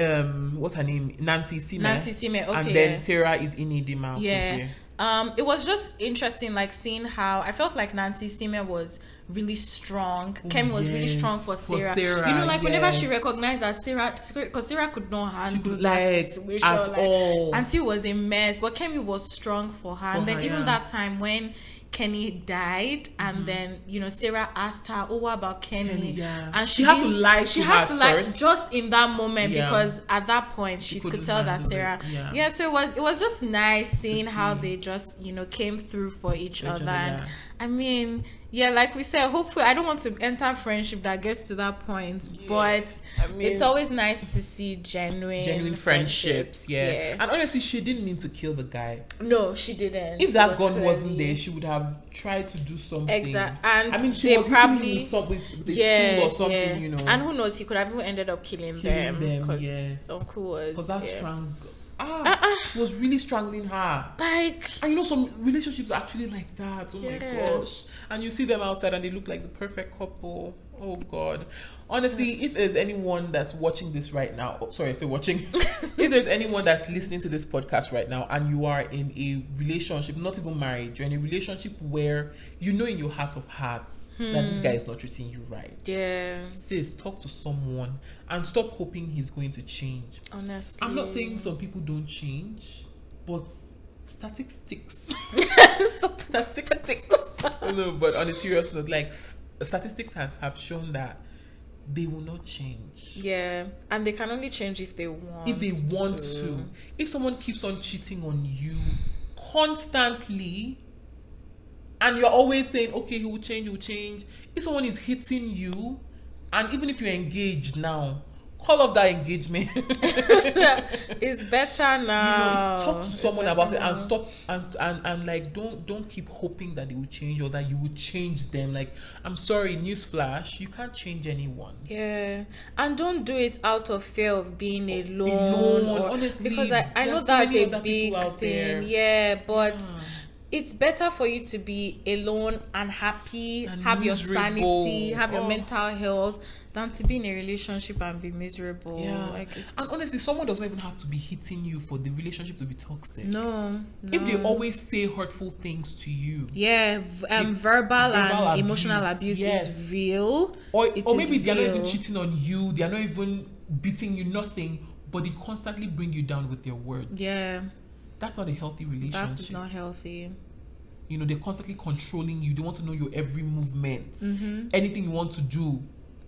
Speaker 2: um what's her name? Nancy Sime.
Speaker 3: Nancy Sime, okay,
Speaker 2: And then
Speaker 3: yeah.
Speaker 2: Sarah is Inidima.
Speaker 3: Yeah. Um, it was just interesting, like seeing how I felt like Nancy Seaman was really strong. Kim was really
Speaker 2: yes,
Speaker 3: strong for
Speaker 2: for
Speaker 3: Sarah.
Speaker 2: Sarah,
Speaker 3: You know, like whenever she
Speaker 2: yes.
Speaker 3: recognized that Sarah, because Sarah could not handle
Speaker 2: could,
Speaker 3: that
Speaker 2: like,
Speaker 3: situation
Speaker 2: at all.
Speaker 3: and she was a mess. But Kemi was strong for her. and
Speaker 2: For
Speaker 3: then
Speaker 2: her,
Speaker 3: even
Speaker 2: yeah. Mm-hmm.
Speaker 3: that time when Kenny died, and then you know Sarah asked her, "Oh, what about Kenny?"
Speaker 2: Kenny, yeah.
Speaker 3: And
Speaker 2: She had to
Speaker 3: didn't-
Speaker 2: lie
Speaker 3: She
Speaker 2: to
Speaker 3: had
Speaker 2: her
Speaker 3: to lie
Speaker 2: first.
Speaker 3: just in that moment
Speaker 2: Yeah.
Speaker 3: because at that point she, could
Speaker 2: couldn't
Speaker 3: tell that
Speaker 2: handle it,
Speaker 3: Sarah.
Speaker 2: yeah.
Speaker 3: Yeah. So it was it was just nice seeing how
Speaker 2: see.
Speaker 3: they just you know came through for each,
Speaker 2: each
Speaker 3: other.
Speaker 2: other,
Speaker 3: And
Speaker 2: yeah.
Speaker 3: I mean, yeah, like we said, hopefully I don't want to enter friendship that gets to that point, but
Speaker 2: I mean-
Speaker 3: it's always nice to see genuine Uh,
Speaker 2: Genuine friendships, yeah. And honestly, she didn't mean to kill the guy.
Speaker 3: No, she didn't.
Speaker 2: If
Speaker 3: It
Speaker 2: that
Speaker 3: was
Speaker 2: gun wasn't
Speaker 3: clearly-
Speaker 2: there, she would have tried to do something.
Speaker 3: Exact- and
Speaker 2: I mean, she
Speaker 3: they
Speaker 2: was hitting him
Speaker 3: probably-
Speaker 2: with some with, with a
Speaker 3: yeah,
Speaker 2: stool or something,
Speaker 3: yeah.
Speaker 2: you know.
Speaker 3: And who knows? He could have even ended up killing,
Speaker 2: Killing
Speaker 3: them
Speaker 2: them,
Speaker 3: because
Speaker 2: yes.
Speaker 3: Uncle was.
Speaker 2: because that
Speaker 3: yeah. Uh,
Speaker 2: strang ah was really strangling her.
Speaker 3: Like
Speaker 2: And you know, some relationships are actually like that. Oh my
Speaker 3: Yeah.
Speaker 2: gosh! And you see them outside, and they look like the perfect couple. Oh God! Honestly, if there's anyone that's watching this right now, oh, sorry, I say watching. if there's anyone that's listening to this podcast right now, and you are in a relationship, not even married, you're in a relationship where you know in your heart of hearts that this guy is not treating you right.
Speaker 3: yeah,
Speaker 2: Sis, talk to someone and stop hoping he's going to change.
Speaker 3: honestly,
Speaker 2: I'm not saying some people don't change, but statistics. statistics. no, but on a serious note, like s- statistics have, have shown that they will not change.
Speaker 3: Yeah, and they can only change if they want.
Speaker 2: If they want to, if someone keeps on cheating on you constantly, and you're always saying, okay, he will change, he will change. If someone is hitting you, and even if you're engaged now, call off that engagement.
Speaker 3: it's better
Speaker 2: No,
Speaker 3: now.
Speaker 2: it's- talk to
Speaker 3: Oh, It's
Speaker 2: someone
Speaker 3: better
Speaker 2: about it
Speaker 3: now.
Speaker 2: and stop and, and and like don't don't keep hoping that they will change or that you will change them like i'm sorry newsflash you can't change anyone
Speaker 3: Yeah, and don't do it out of fear of being alone.
Speaker 2: Oh, alone,
Speaker 3: or-
Speaker 2: honestly,
Speaker 3: because I, I
Speaker 2: there
Speaker 3: know
Speaker 2: are so
Speaker 3: that's
Speaker 2: many
Speaker 3: a
Speaker 2: other
Speaker 3: big
Speaker 2: people out
Speaker 3: thing.
Speaker 2: there.
Speaker 3: Yeah, but
Speaker 2: Yeah.
Speaker 3: it's better for you to be alone and happy,
Speaker 2: And
Speaker 3: have your
Speaker 2: miserable.
Speaker 3: sanity, have your
Speaker 2: Oh.
Speaker 3: mental health, than to be in a relationship and be miserable.
Speaker 2: yeah
Speaker 3: like it's
Speaker 2: Oh. and honestly someone doesn't even have to be hitting you for the relationship to be toxic
Speaker 3: no,
Speaker 2: if they
Speaker 3: no.
Speaker 2: always say hurtful things to you
Speaker 3: yeah, v- um,
Speaker 2: It's
Speaker 3: verbal,
Speaker 2: verbal
Speaker 3: and
Speaker 2: abuse,
Speaker 3: emotional abuse
Speaker 2: yes.
Speaker 3: is real.
Speaker 2: or,
Speaker 3: It
Speaker 2: or
Speaker 3: is
Speaker 2: maybe they're not even
Speaker 3: real.
Speaker 2: cheating on you they're not even beating you nothing but they constantly bring you down with their words
Speaker 3: Yeah.
Speaker 2: that's not a healthy relationship
Speaker 3: That is not healthy.
Speaker 2: you know they're constantly controlling you they want to know your every movement
Speaker 3: Mm-hmm.
Speaker 2: anything you want to do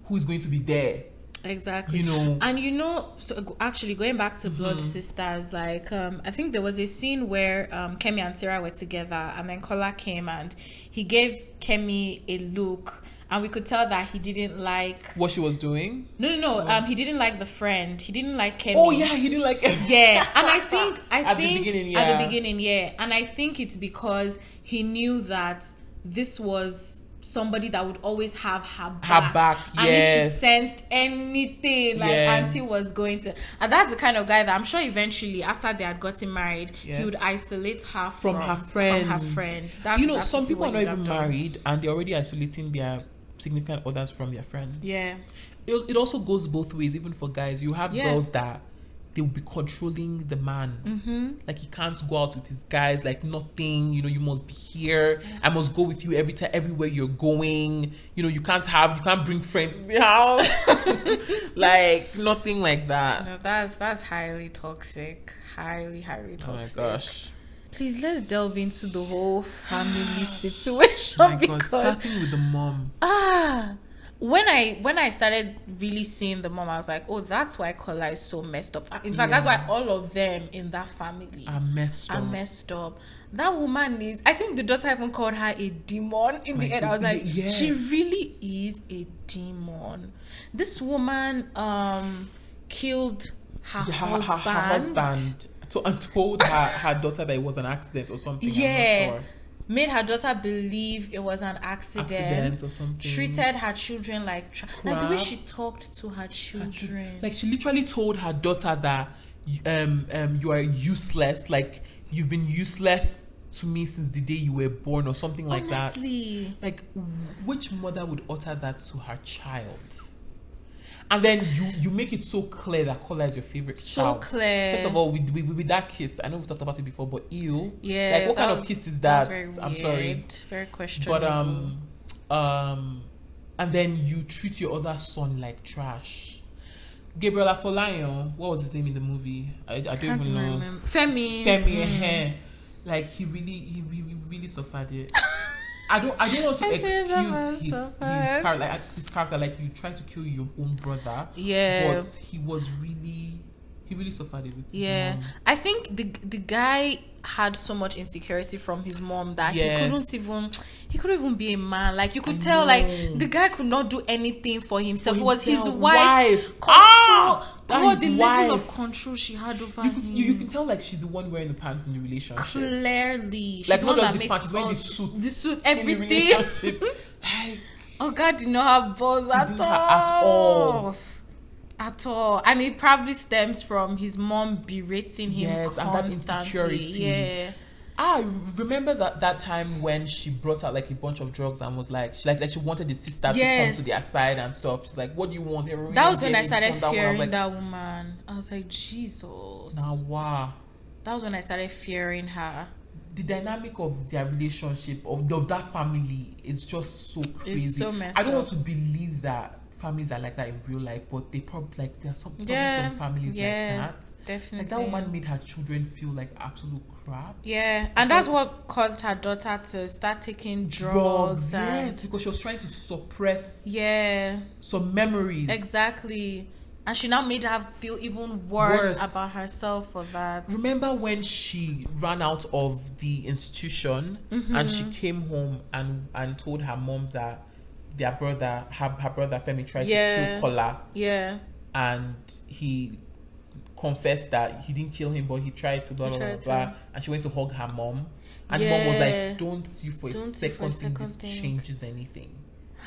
Speaker 2: who's going to be there
Speaker 3: Exactly.
Speaker 2: you know Mm-hmm.
Speaker 3: and you know so g- actually going back to blood sisters like um i think there was a scene where um kemi and sarah were together and then kola came and he gave kemi a look and we could tell that he didn't like
Speaker 2: what she was doing
Speaker 3: no no no um he didn't like the friend he didn't like kemi
Speaker 2: oh yeah he didn't like
Speaker 3: yeah and i think i
Speaker 2: At the
Speaker 3: think
Speaker 2: beginning,
Speaker 3: at
Speaker 2: yeah.
Speaker 3: the beginning yeah and i think it's because he knew that this was somebody that would always have her back,
Speaker 2: back,
Speaker 3: and if she
Speaker 2: yes.
Speaker 3: sensed anything like
Speaker 2: Yeah.
Speaker 3: auntie was going to and that's the kind of guy that i'm sure eventually after they had gotten married
Speaker 2: Yeah.
Speaker 3: he would isolate her
Speaker 2: from,
Speaker 3: from,
Speaker 2: her friend
Speaker 3: from her friend that's
Speaker 2: you know
Speaker 3: that's
Speaker 2: some
Speaker 3: what he
Speaker 2: people are
Speaker 3: would
Speaker 2: not
Speaker 3: have
Speaker 2: even
Speaker 3: done.
Speaker 2: married and they're already isolating their significant others from their friends
Speaker 3: yeah
Speaker 2: it, it also goes both ways even for guys you have
Speaker 3: Yeah.
Speaker 2: girls that they will be controlling the man mm-hmm. like he can't go out with his guys like nothing you know you must be here i must go with you every time everywhere you're going you know you can't have you can't bring friends to the house like nothing like that
Speaker 3: no that's that's highly toxic highly highly
Speaker 2: oh my
Speaker 3: toxic
Speaker 2: gosh
Speaker 3: Please let's delve into the whole family situation
Speaker 2: oh my god
Speaker 3: because
Speaker 2: starting with the mom
Speaker 3: ah, when I when I started really seeing the mom, I was like, oh, that's why Kola is so messed up. In fact, that's why all of them in that family
Speaker 2: i messed
Speaker 3: are
Speaker 2: up
Speaker 3: messed up. That woman is. I think the daughter even called her a demon in
Speaker 2: My
Speaker 3: the end. I was
Speaker 2: goodness,
Speaker 3: like,
Speaker 2: yes.
Speaker 3: she really is a demon. This woman um killed her,
Speaker 2: her, her- her
Speaker 3: husband.
Speaker 2: husband to, and told her, her daughter that it was an accident or something
Speaker 3: yeah
Speaker 2: i'm not sure
Speaker 3: made her daughter believe it was an accident,
Speaker 2: Accident or something.
Speaker 3: treated her children like tra- like the way
Speaker 2: Crap.
Speaker 3: she talked to her children
Speaker 2: Like she literally told her daughter that um um you are useless, like you've been useless to me since the day you were born or something like that.
Speaker 3: honestly
Speaker 2: Like which mother would utter that to her child? And then you you make it so clear that Kola is your favorite
Speaker 3: So
Speaker 2: child.
Speaker 3: clear.
Speaker 2: First of all, with, with, with that kiss, I know we've talked about it before, but ew.
Speaker 3: yeah
Speaker 2: Like what
Speaker 3: that
Speaker 2: kind of
Speaker 3: was-
Speaker 2: kiss is
Speaker 3: was
Speaker 2: that?
Speaker 3: very
Speaker 2: I'm sorry.
Speaker 3: weird, very questionable
Speaker 2: But um um and then you treat your other son like trash. Gabriel Afolayan, what was his name in the movie? I, I don't
Speaker 3: can't
Speaker 2: even
Speaker 3: even
Speaker 2: know.
Speaker 3: remember femi
Speaker 2: Femi
Speaker 3: mm.
Speaker 2: eh, eh. Like he really he really, really suffered it. I don't I don't want to
Speaker 3: I see that
Speaker 2: excuse
Speaker 3: was
Speaker 2: his,
Speaker 3: so
Speaker 2: his
Speaker 3: bad.
Speaker 2: character like his character like you try to kill your own brother.
Speaker 3: Yeah.
Speaker 2: But he was really he really suffered it with his
Speaker 3: Yeah,
Speaker 2: mom.
Speaker 3: I think the the guy had so much insecurity from his mom that
Speaker 2: Yes.
Speaker 3: he couldn't even he couldn't even be a man. Like you could
Speaker 2: I
Speaker 3: tell,
Speaker 2: know.
Speaker 3: like the guy could not do anything for himself.
Speaker 2: For
Speaker 3: it was his
Speaker 2: himself.
Speaker 3: wife,
Speaker 2: Wife.
Speaker 3: control.
Speaker 2: Ah! That
Speaker 3: God,
Speaker 2: his
Speaker 3: the level
Speaker 2: wife.
Speaker 3: of control she had over
Speaker 2: You
Speaker 3: him.
Speaker 2: could, you, you could tell like she's the one wearing the pants in the relationship.
Speaker 3: Clearly, she's
Speaker 2: Like,
Speaker 3: the
Speaker 2: not
Speaker 3: one
Speaker 2: just
Speaker 3: that
Speaker 2: the
Speaker 3: makes
Speaker 2: part, she's wearing
Speaker 3: all
Speaker 2: the
Speaker 3: this-
Speaker 2: suit.
Speaker 3: the suit,
Speaker 2: In the
Speaker 3: everything.
Speaker 2: relationship. Like,
Speaker 3: Oh God did not have balls at
Speaker 2: didn't
Speaker 3: all.
Speaker 2: have- at all.
Speaker 3: At all. And it probably stems from his mom berating him.
Speaker 2: Yes, and that
Speaker 3: constantly.
Speaker 2: insecurity.
Speaker 3: Yeah.
Speaker 2: I remember that that time when she brought out like a bunch of drugs and was like, she like, like she wanted the sister
Speaker 3: Yes.
Speaker 2: to come to their side and stuff. She's like, "What do you want?" Heroin
Speaker 3: That
Speaker 2: or
Speaker 3: was when I
Speaker 2: games?"
Speaker 3: started
Speaker 2: And one, I
Speaker 3: fearing
Speaker 2: was like,
Speaker 3: that woman. I was like, Jesus.
Speaker 2: "Nah, wow."
Speaker 3: That was when I started fearing her.
Speaker 2: The dynamic of their relationship of, of that family is just so crazy.
Speaker 3: so messed
Speaker 2: I don't
Speaker 3: up.
Speaker 2: want to believe that families are like that in real life, but they probably like there are some probably
Speaker 3: Yeah.
Speaker 2: some families
Speaker 3: yeah.
Speaker 2: like that.
Speaker 3: Definitely.
Speaker 2: Like that woman made her children feel like absolute crap.
Speaker 3: Yeah. And that's what caused her daughter to start taking drugs. and
Speaker 2: yes, because she was trying to suppress
Speaker 3: Yeah.
Speaker 2: some memories.
Speaker 3: Exactly. And she now made her feel even worse,
Speaker 2: Worse.
Speaker 3: about herself for that.
Speaker 2: Remember when she ran out of the institution and
Speaker 3: Mm-hmm.
Speaker 2: she came home and and told her mom that their brother, her, her brother Femi, tried
Speaker 3: Yeah.
Speaker 2: to kill Kola
Speaker 3: Yeah.
Speaker 2: and he confessed that he didn't kill him but he tried to blah
Speaker 3: He
Speaker 2: blah blah,
Speaker 3: tried
Speaker 2: blah. and she went to hug her mom and the mom was
Speaker 3: Yeah.
Speaker 2: like don't you for a
Speaker 3: Don't you for
Speaker 2: second think
Speaker 3: a
Speaker 2: this
Speaker 3: second think."
Speaker 2: changes anything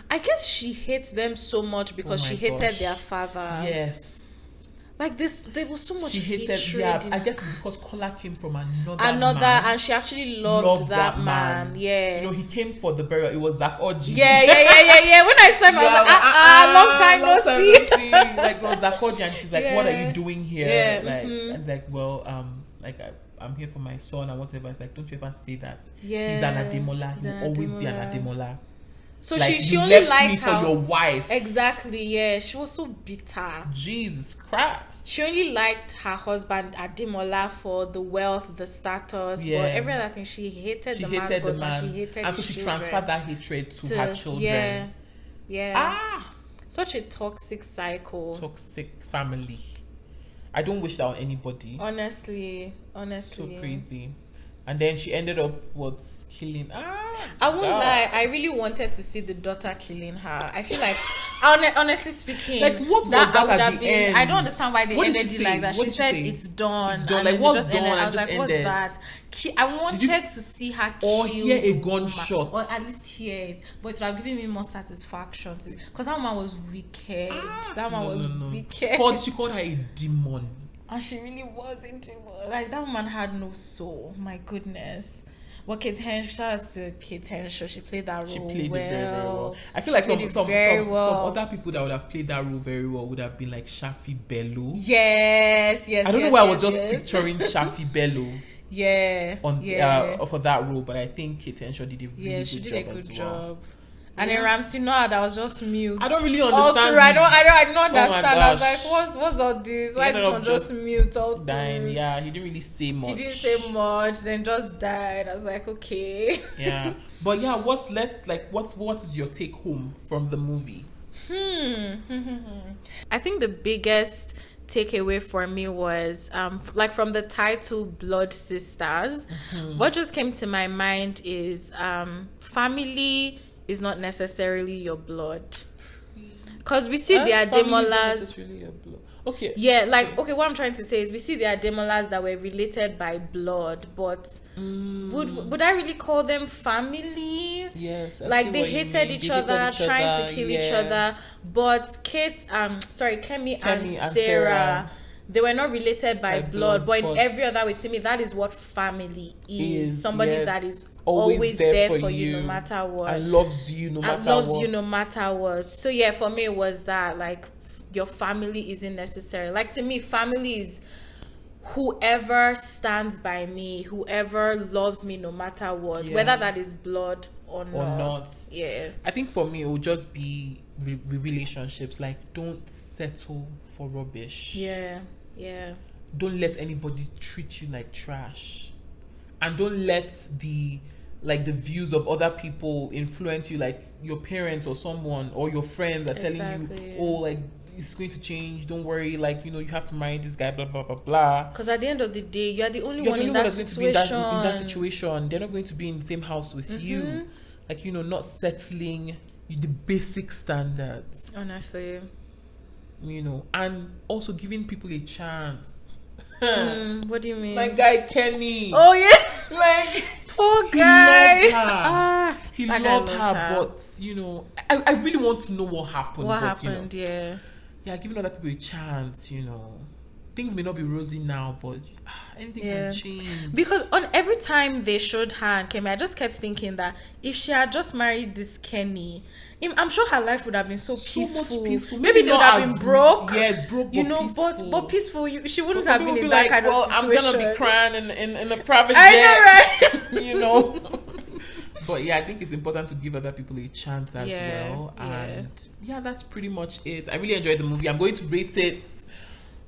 Speaker 3: I guess she hates them so much because
Speaker 2: Oh my
Speaker 3: she hated
Speaker 2: gosh.
Speaker 3: their father.
Speaker 2: yes
Speaker 3: Like this there was so much
Speaker 2: she hated
Speaker 3: hatred
Speaker 2: yeah
Speaker 3: in
Speaker 2: i guess it's because Kola came from another
Speaker 3: another
Speaker 2: man.
Speaker 3: and she actually loved,
Speaker 2: Loved
Speaker 3: that, man. Yeah.
Speaker 2: you know he came for the burial it was zach orji
Speaker 3: yeah, yeah, yeah, yeah, yeah. When I saw him, I was like,
Speaker 2: uh,
Speaker 3: ah, ah, long time no see.
Speaker 2: like it was zach orji and she's like what are
Speaker 3: Yeah.
Speaker 2: you doing here
Speaker 3: Yeah,
Speaker 2: like
Speaker 3: mhm.
Speaker 2: and he's like well um like I, i'm here for my son and whatever it's like don't you ever say that he's
Speaker 3: Yeah,
Speaker 2: an ademola
Speaker 3: he's
Speaker 2: he will
Speaker 3: an
Speaker 2: always be an
Speaker 3: Ademola.
Speaker 2: ademola
Speaker 3: So
Speaker 2: like,
Speaker 3: she she
Speaker 2: you
Speaker 3: only
Speaker 2: left me
Speaker 3: liked
Speaker 2: for your
Speaker 3: how
Speaker 2: wife
Speaker 3: exactly. Yeah, she was so bitter.
Speaker 2: jesus christ
Speaker 3: She only liked her husband Ademola for the wealth, the status,
Speaker 2: Yeah.
Speaker 3: but every other thing. She hated
Speaker 2: she
Speaker 3: the
Speaker 2: hated the
Speaker 3: mascot
Speaker 2: man
Speaker 3: and she hated
Speaker 2: and so
Speaker 3: his
Speaker 2: she
Speaker 3: children.
Speaker 2: transferred that hatred to,
Speaker 3: to-
Speaker 2: her children
Speaker 3: Yeah, yeah.
Speaker 2: ah
Speaker 3: Such a toxic cycle.
Speaker 2: toxic family. I don't wish that on anybody.
Speaker 3: honestly,
Speaker 2: so
Speaker 3: honestly.
Speaker 2: crazy. And then she ended up what's killing. Ah,
Speaker 3: I won't
Speaker 2: God.
Speaker 3: lie. I really wanted to see the daughter killing her. I feel like, hon- honestly speaking,
Speaker 2: Like, what was
Speaker 3: I
Speaker 2: that
Speaker 3: would
Speaker 2: at
Speaker 3: have
Speaker 2: the
Speaker 3: been. I don't
Speaker 2: end?
Speaker 3: understand why they
Speaker 2: What did
Speaker 3: ended
Speaker 2: she
Speaker 3: it like
Speaker 2: say? What
Speaker 3: that. she
Speaker 2: did she
Speaker 3: said
Speaker 2: say?
Speaker 3: it's done.
Speaker 2: It's done. Like,
Speaker 3: and then they
Speaker 2: what's
Speaker 3: just
Speaker 2: done?
Speaker 3: Ended. I
Speaker 2: And
Speaker 3: was
Speaker 2: just
Speaker 3: like, what's
Speaker 2: ended.
Speaker 3: that? Ki- I wanted
Speaker 2: you-
Speaker 3: to see her kill
Speaker 2: Or hear a
Speaker 3: the woman.
Speaker 2: gunshot.
Speaker 3: or at least hear it. But it would have given me more satisfaction because that woman was wicked.
Speaker 2: Ah,
Speaker 3: that woman
Speaker 2: no,
Speaker 3: was
Speaker 2: no, no. She
Speaker 3: wicked,
Speaker 2: called, she called her a demon.
Speaker 3: and she really was into like that woman had no soul. My goodness. Well, Kate Henshaw, shout out to Kate Henshaw. She played that
Speaker 2: She
Speaker 3: role
Speaker 2: played
Speaker 3: Oh,
Speaker 2: it
Speaker 3: well.
Speaker 2: very, very well. I feel
Speaker 3: She
Speaker 2: like some
Speaker 3: played it
Speaker 2: some,
Speaker 3: very
Speaker 2: some,
Speaker 3: well.
Speaker 2: some other people that would have played that role very well would have been like Shafi Bello.
Speaker 3: Yes, yes.
Speaker 2: I don't
Speaker 3: yes,
Speaker 2: know why
Speaker 3: yes,
Speaker 2: I was just
Speaker 3: yes.
Speaker 2: picturing Shafi Bello
Speaker 3: Yeah.
Speaker 2: on
Speaker 3: yeah.
Speaker 2: uh, for that role, but I think Kate Henshaw did a really
Speaker 3: yeah,
Speaker 2: good
Speaker 3: she did
Speaker 2: job
Speaker 3: a good
Speaker 2: as well.
Speaker 3: job. And then Ramsey Noah, that was just mute.
Speaker 2: I don't really
Speaker 3: All
Speaker 2: understand
Speaker 3: through, I don't,
Speaker 2: the-
Speaker 3: I don't, I don't
Speaker 2: my
Speaker 3: understand. I was like,
Speaker 2: gosh.
Speaker 3: what's, what's all this? Why is
Speaker 2: ended
Speaker 3: this
Speaker 2: up
Speaker 3: one just,
Speaker 2: just
Speaker 3: mute all through?
Speaker 2: Dying, yeah, he didn't really say much.
Speaker 3: He didn't say much, then just died. I was like, okay.
Speaker 2: yeah but yeah what's let's like what's what is your take home from the movie
Speaker 3: Hmm. I think the biggest takeaway for me was um f- like from the title blood sisters
Speaker 2: Mm-hmm.
Speaker 3: what just came to my mind is um family is not necessarily your blood because we see the
Speaker 2: Huh? Uh, Family
Speaker 3: ademolas
Speaker 2: is really a blow. okay
Speaker 3: yeah, like okay, what I'm trying to say is we see there are demolas that were related by blood, but
Speaker 2: Mm.
Speaker 3: would would I really call them family?
Speaker 2: yes I see
Speaker 3: Like they
Speaker 2: what you
Speaker 3: hated,
Speaker 2: mean.
Speaker 3: each,
Speaker 2: They
Speaker 3: other,
Speaker 2: hated each
Speaker 3: trying
Speaker 2: other,
Speaker 3: to kill each
Speaker 2: yeah.
Speaker 3: other. But Kate, um, sorry, Kemi, and,
Speaker 2: Kemi
Speaker 3: Sarah,
Speaker 2: and Sarah.
Speaker 3: they were not related by,
Speaker 2: By blood,
Speaker 3: blood, but in
Speaker 2: but-
Speaker 3: every other way, to me, that is what family is.
Speaker 2: Is,
Speaker 3: Somebody
Speaker 2: yes,
Speaker 3: that is always, there, for, you, no matter what
Speaker 2: and loves you no matter
Speaker 3: and loves
Speaker 2: what
Speaker 3: you no matter what. So yeah, for me it was that like f- your family isn't necessary. Like to me, family is whoever stands by me, whoever loves me no matter what,
Speaker 2: Yeah.
Speaker 3: whether that is blood or,
Speaker 2: or
Speaker 3: not.
Speaker 2: not
Speaker 3: Yeah.
Speaker 2: i think for me it would just be re- re- relationships like don't settle for rubbish
Speaker 3: Yeah. Yeah.
Speaker 2: don't let anybody treat you like trash and don't let the like the views of other people influence you like your parents or someone or your friends are telling you
Speaker 3: Exactly.
Speaker 2: oh like it's going to change don't worry like you know you have to marry this guy blah blah blah blah
Speaker 3: Because at the end of the day, you're the only
Speaker 2: you're
Speaker 3: one
Speaker 2: the only
Speaker 3: in
Speaker 2: one
Speaker 3: that
Speaker 2: that's going to be in that,
Speaker 3: situation. Mm-hmm.
Speaker 2: in that situation they're not going to be in the same house with you like you know not settling the basic standards
Speaker 3: Honestly.
Speaker 2: you know and also giving people a chance
Speaker 3: Mm, what do you mean?
Speaker 2: my guy kenny
Speaker 3: oh yeah.
Speaker 2: like
Speaker 3: Poor
Speaker 2: He loved
Speaker 3: guy.
Speaker 2: her.
Speaker 3: Ah,
Speaker 2: he
Speaker 3: that guy
Speaker 2: loved her, but you know, I, I really want to know what happened.
Speaker 3: what
Speaker 2: but,
Speaker 3: happened?
Speaker 2: You know,
Speaker 3: Yeah.
Speaker 2: yeah, giving other people a chance. You know, things may not be rosy now, but ah, anything
Speaker 3: Yeah.
Speaker 2: can change.
Speaker 3: Because on every time they showed her and Kemi, I just kept thinking that if she had just married this Kenny, I'm I'm sure her life would have been so,
Speaker 2: So much
Speaker 3: peaceful.
Speaker 2: peaceful.
Speaker 3: Maybe,
Speaker 2: Maybe
Speaker 3: they would
Speaker 2: not
Speaker 3: have
Speaker 2: as-
Speaker 3: been broke.
Speaker 2: yes, broke,
Speaker 3: You
Speaker 2: but
Speaker 3: know,
Speaker 2: peaceful.
Speaker 3: but but peaceful. You, she wouldn't
Speaker 2: Some
Speaker 3: have
Speaker 2: people
Speaker 3: been
Speaker 2: be
Speaker 3: in
Speaker 2: like,
Speaker 3: that kind
Speaker 2: well,
Speaker 3: of
Speaker 2: I'm
Speaker 3: situation.
Speaker 2: gonna be crying in, in, in a private
Speaker 3: I
Speaker 2: jet.
Speaker 3: know, right?
Speaker 2: you know. but yeah, I think it's important to give other people a chance as
Speaker 3: Yeah,
Speaker 2: well.
Speaker 3: yeah.
Speaker 2: And yeah. that's pretty much it. I really enjoyed the movie. I'm going to rate it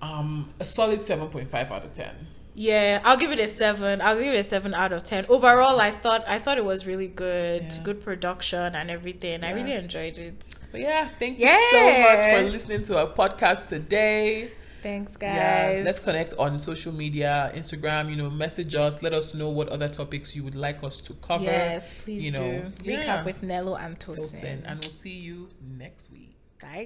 Speaker 2: um a solid 7.5 out of 10.
Speaker 3: Yeah, I'll give it a seven. I'll give it a seven out of ten. Overall, I thought I thought it was really good,
Speaker 2: Yeah.
Speaker 3: good production and everything. I
Speaker 2: Yeah.
Speaker 3: really enjoyed it.
Speaker 2: But yeah, thank you so
Speaker 3: Yeah.
Speaker 2: much for listening to our podcast today.
Speaker 3: Thanks,
Speaker 2: Yeah,
Speaker 3: guys.
Speaker 2: let's connect on social media, Instagram. You know, message us. Let us know what other topics you would like us to cover.
Speaker 3: Yes, please
Speaker 2: you know,
Speaker 3: do. Recap
Speaker 2: yeah.
Speaker 3: with Nello and Tosin.
Speaker 2: Tosin, and we'll see you next week.
Speaker 3: Bye,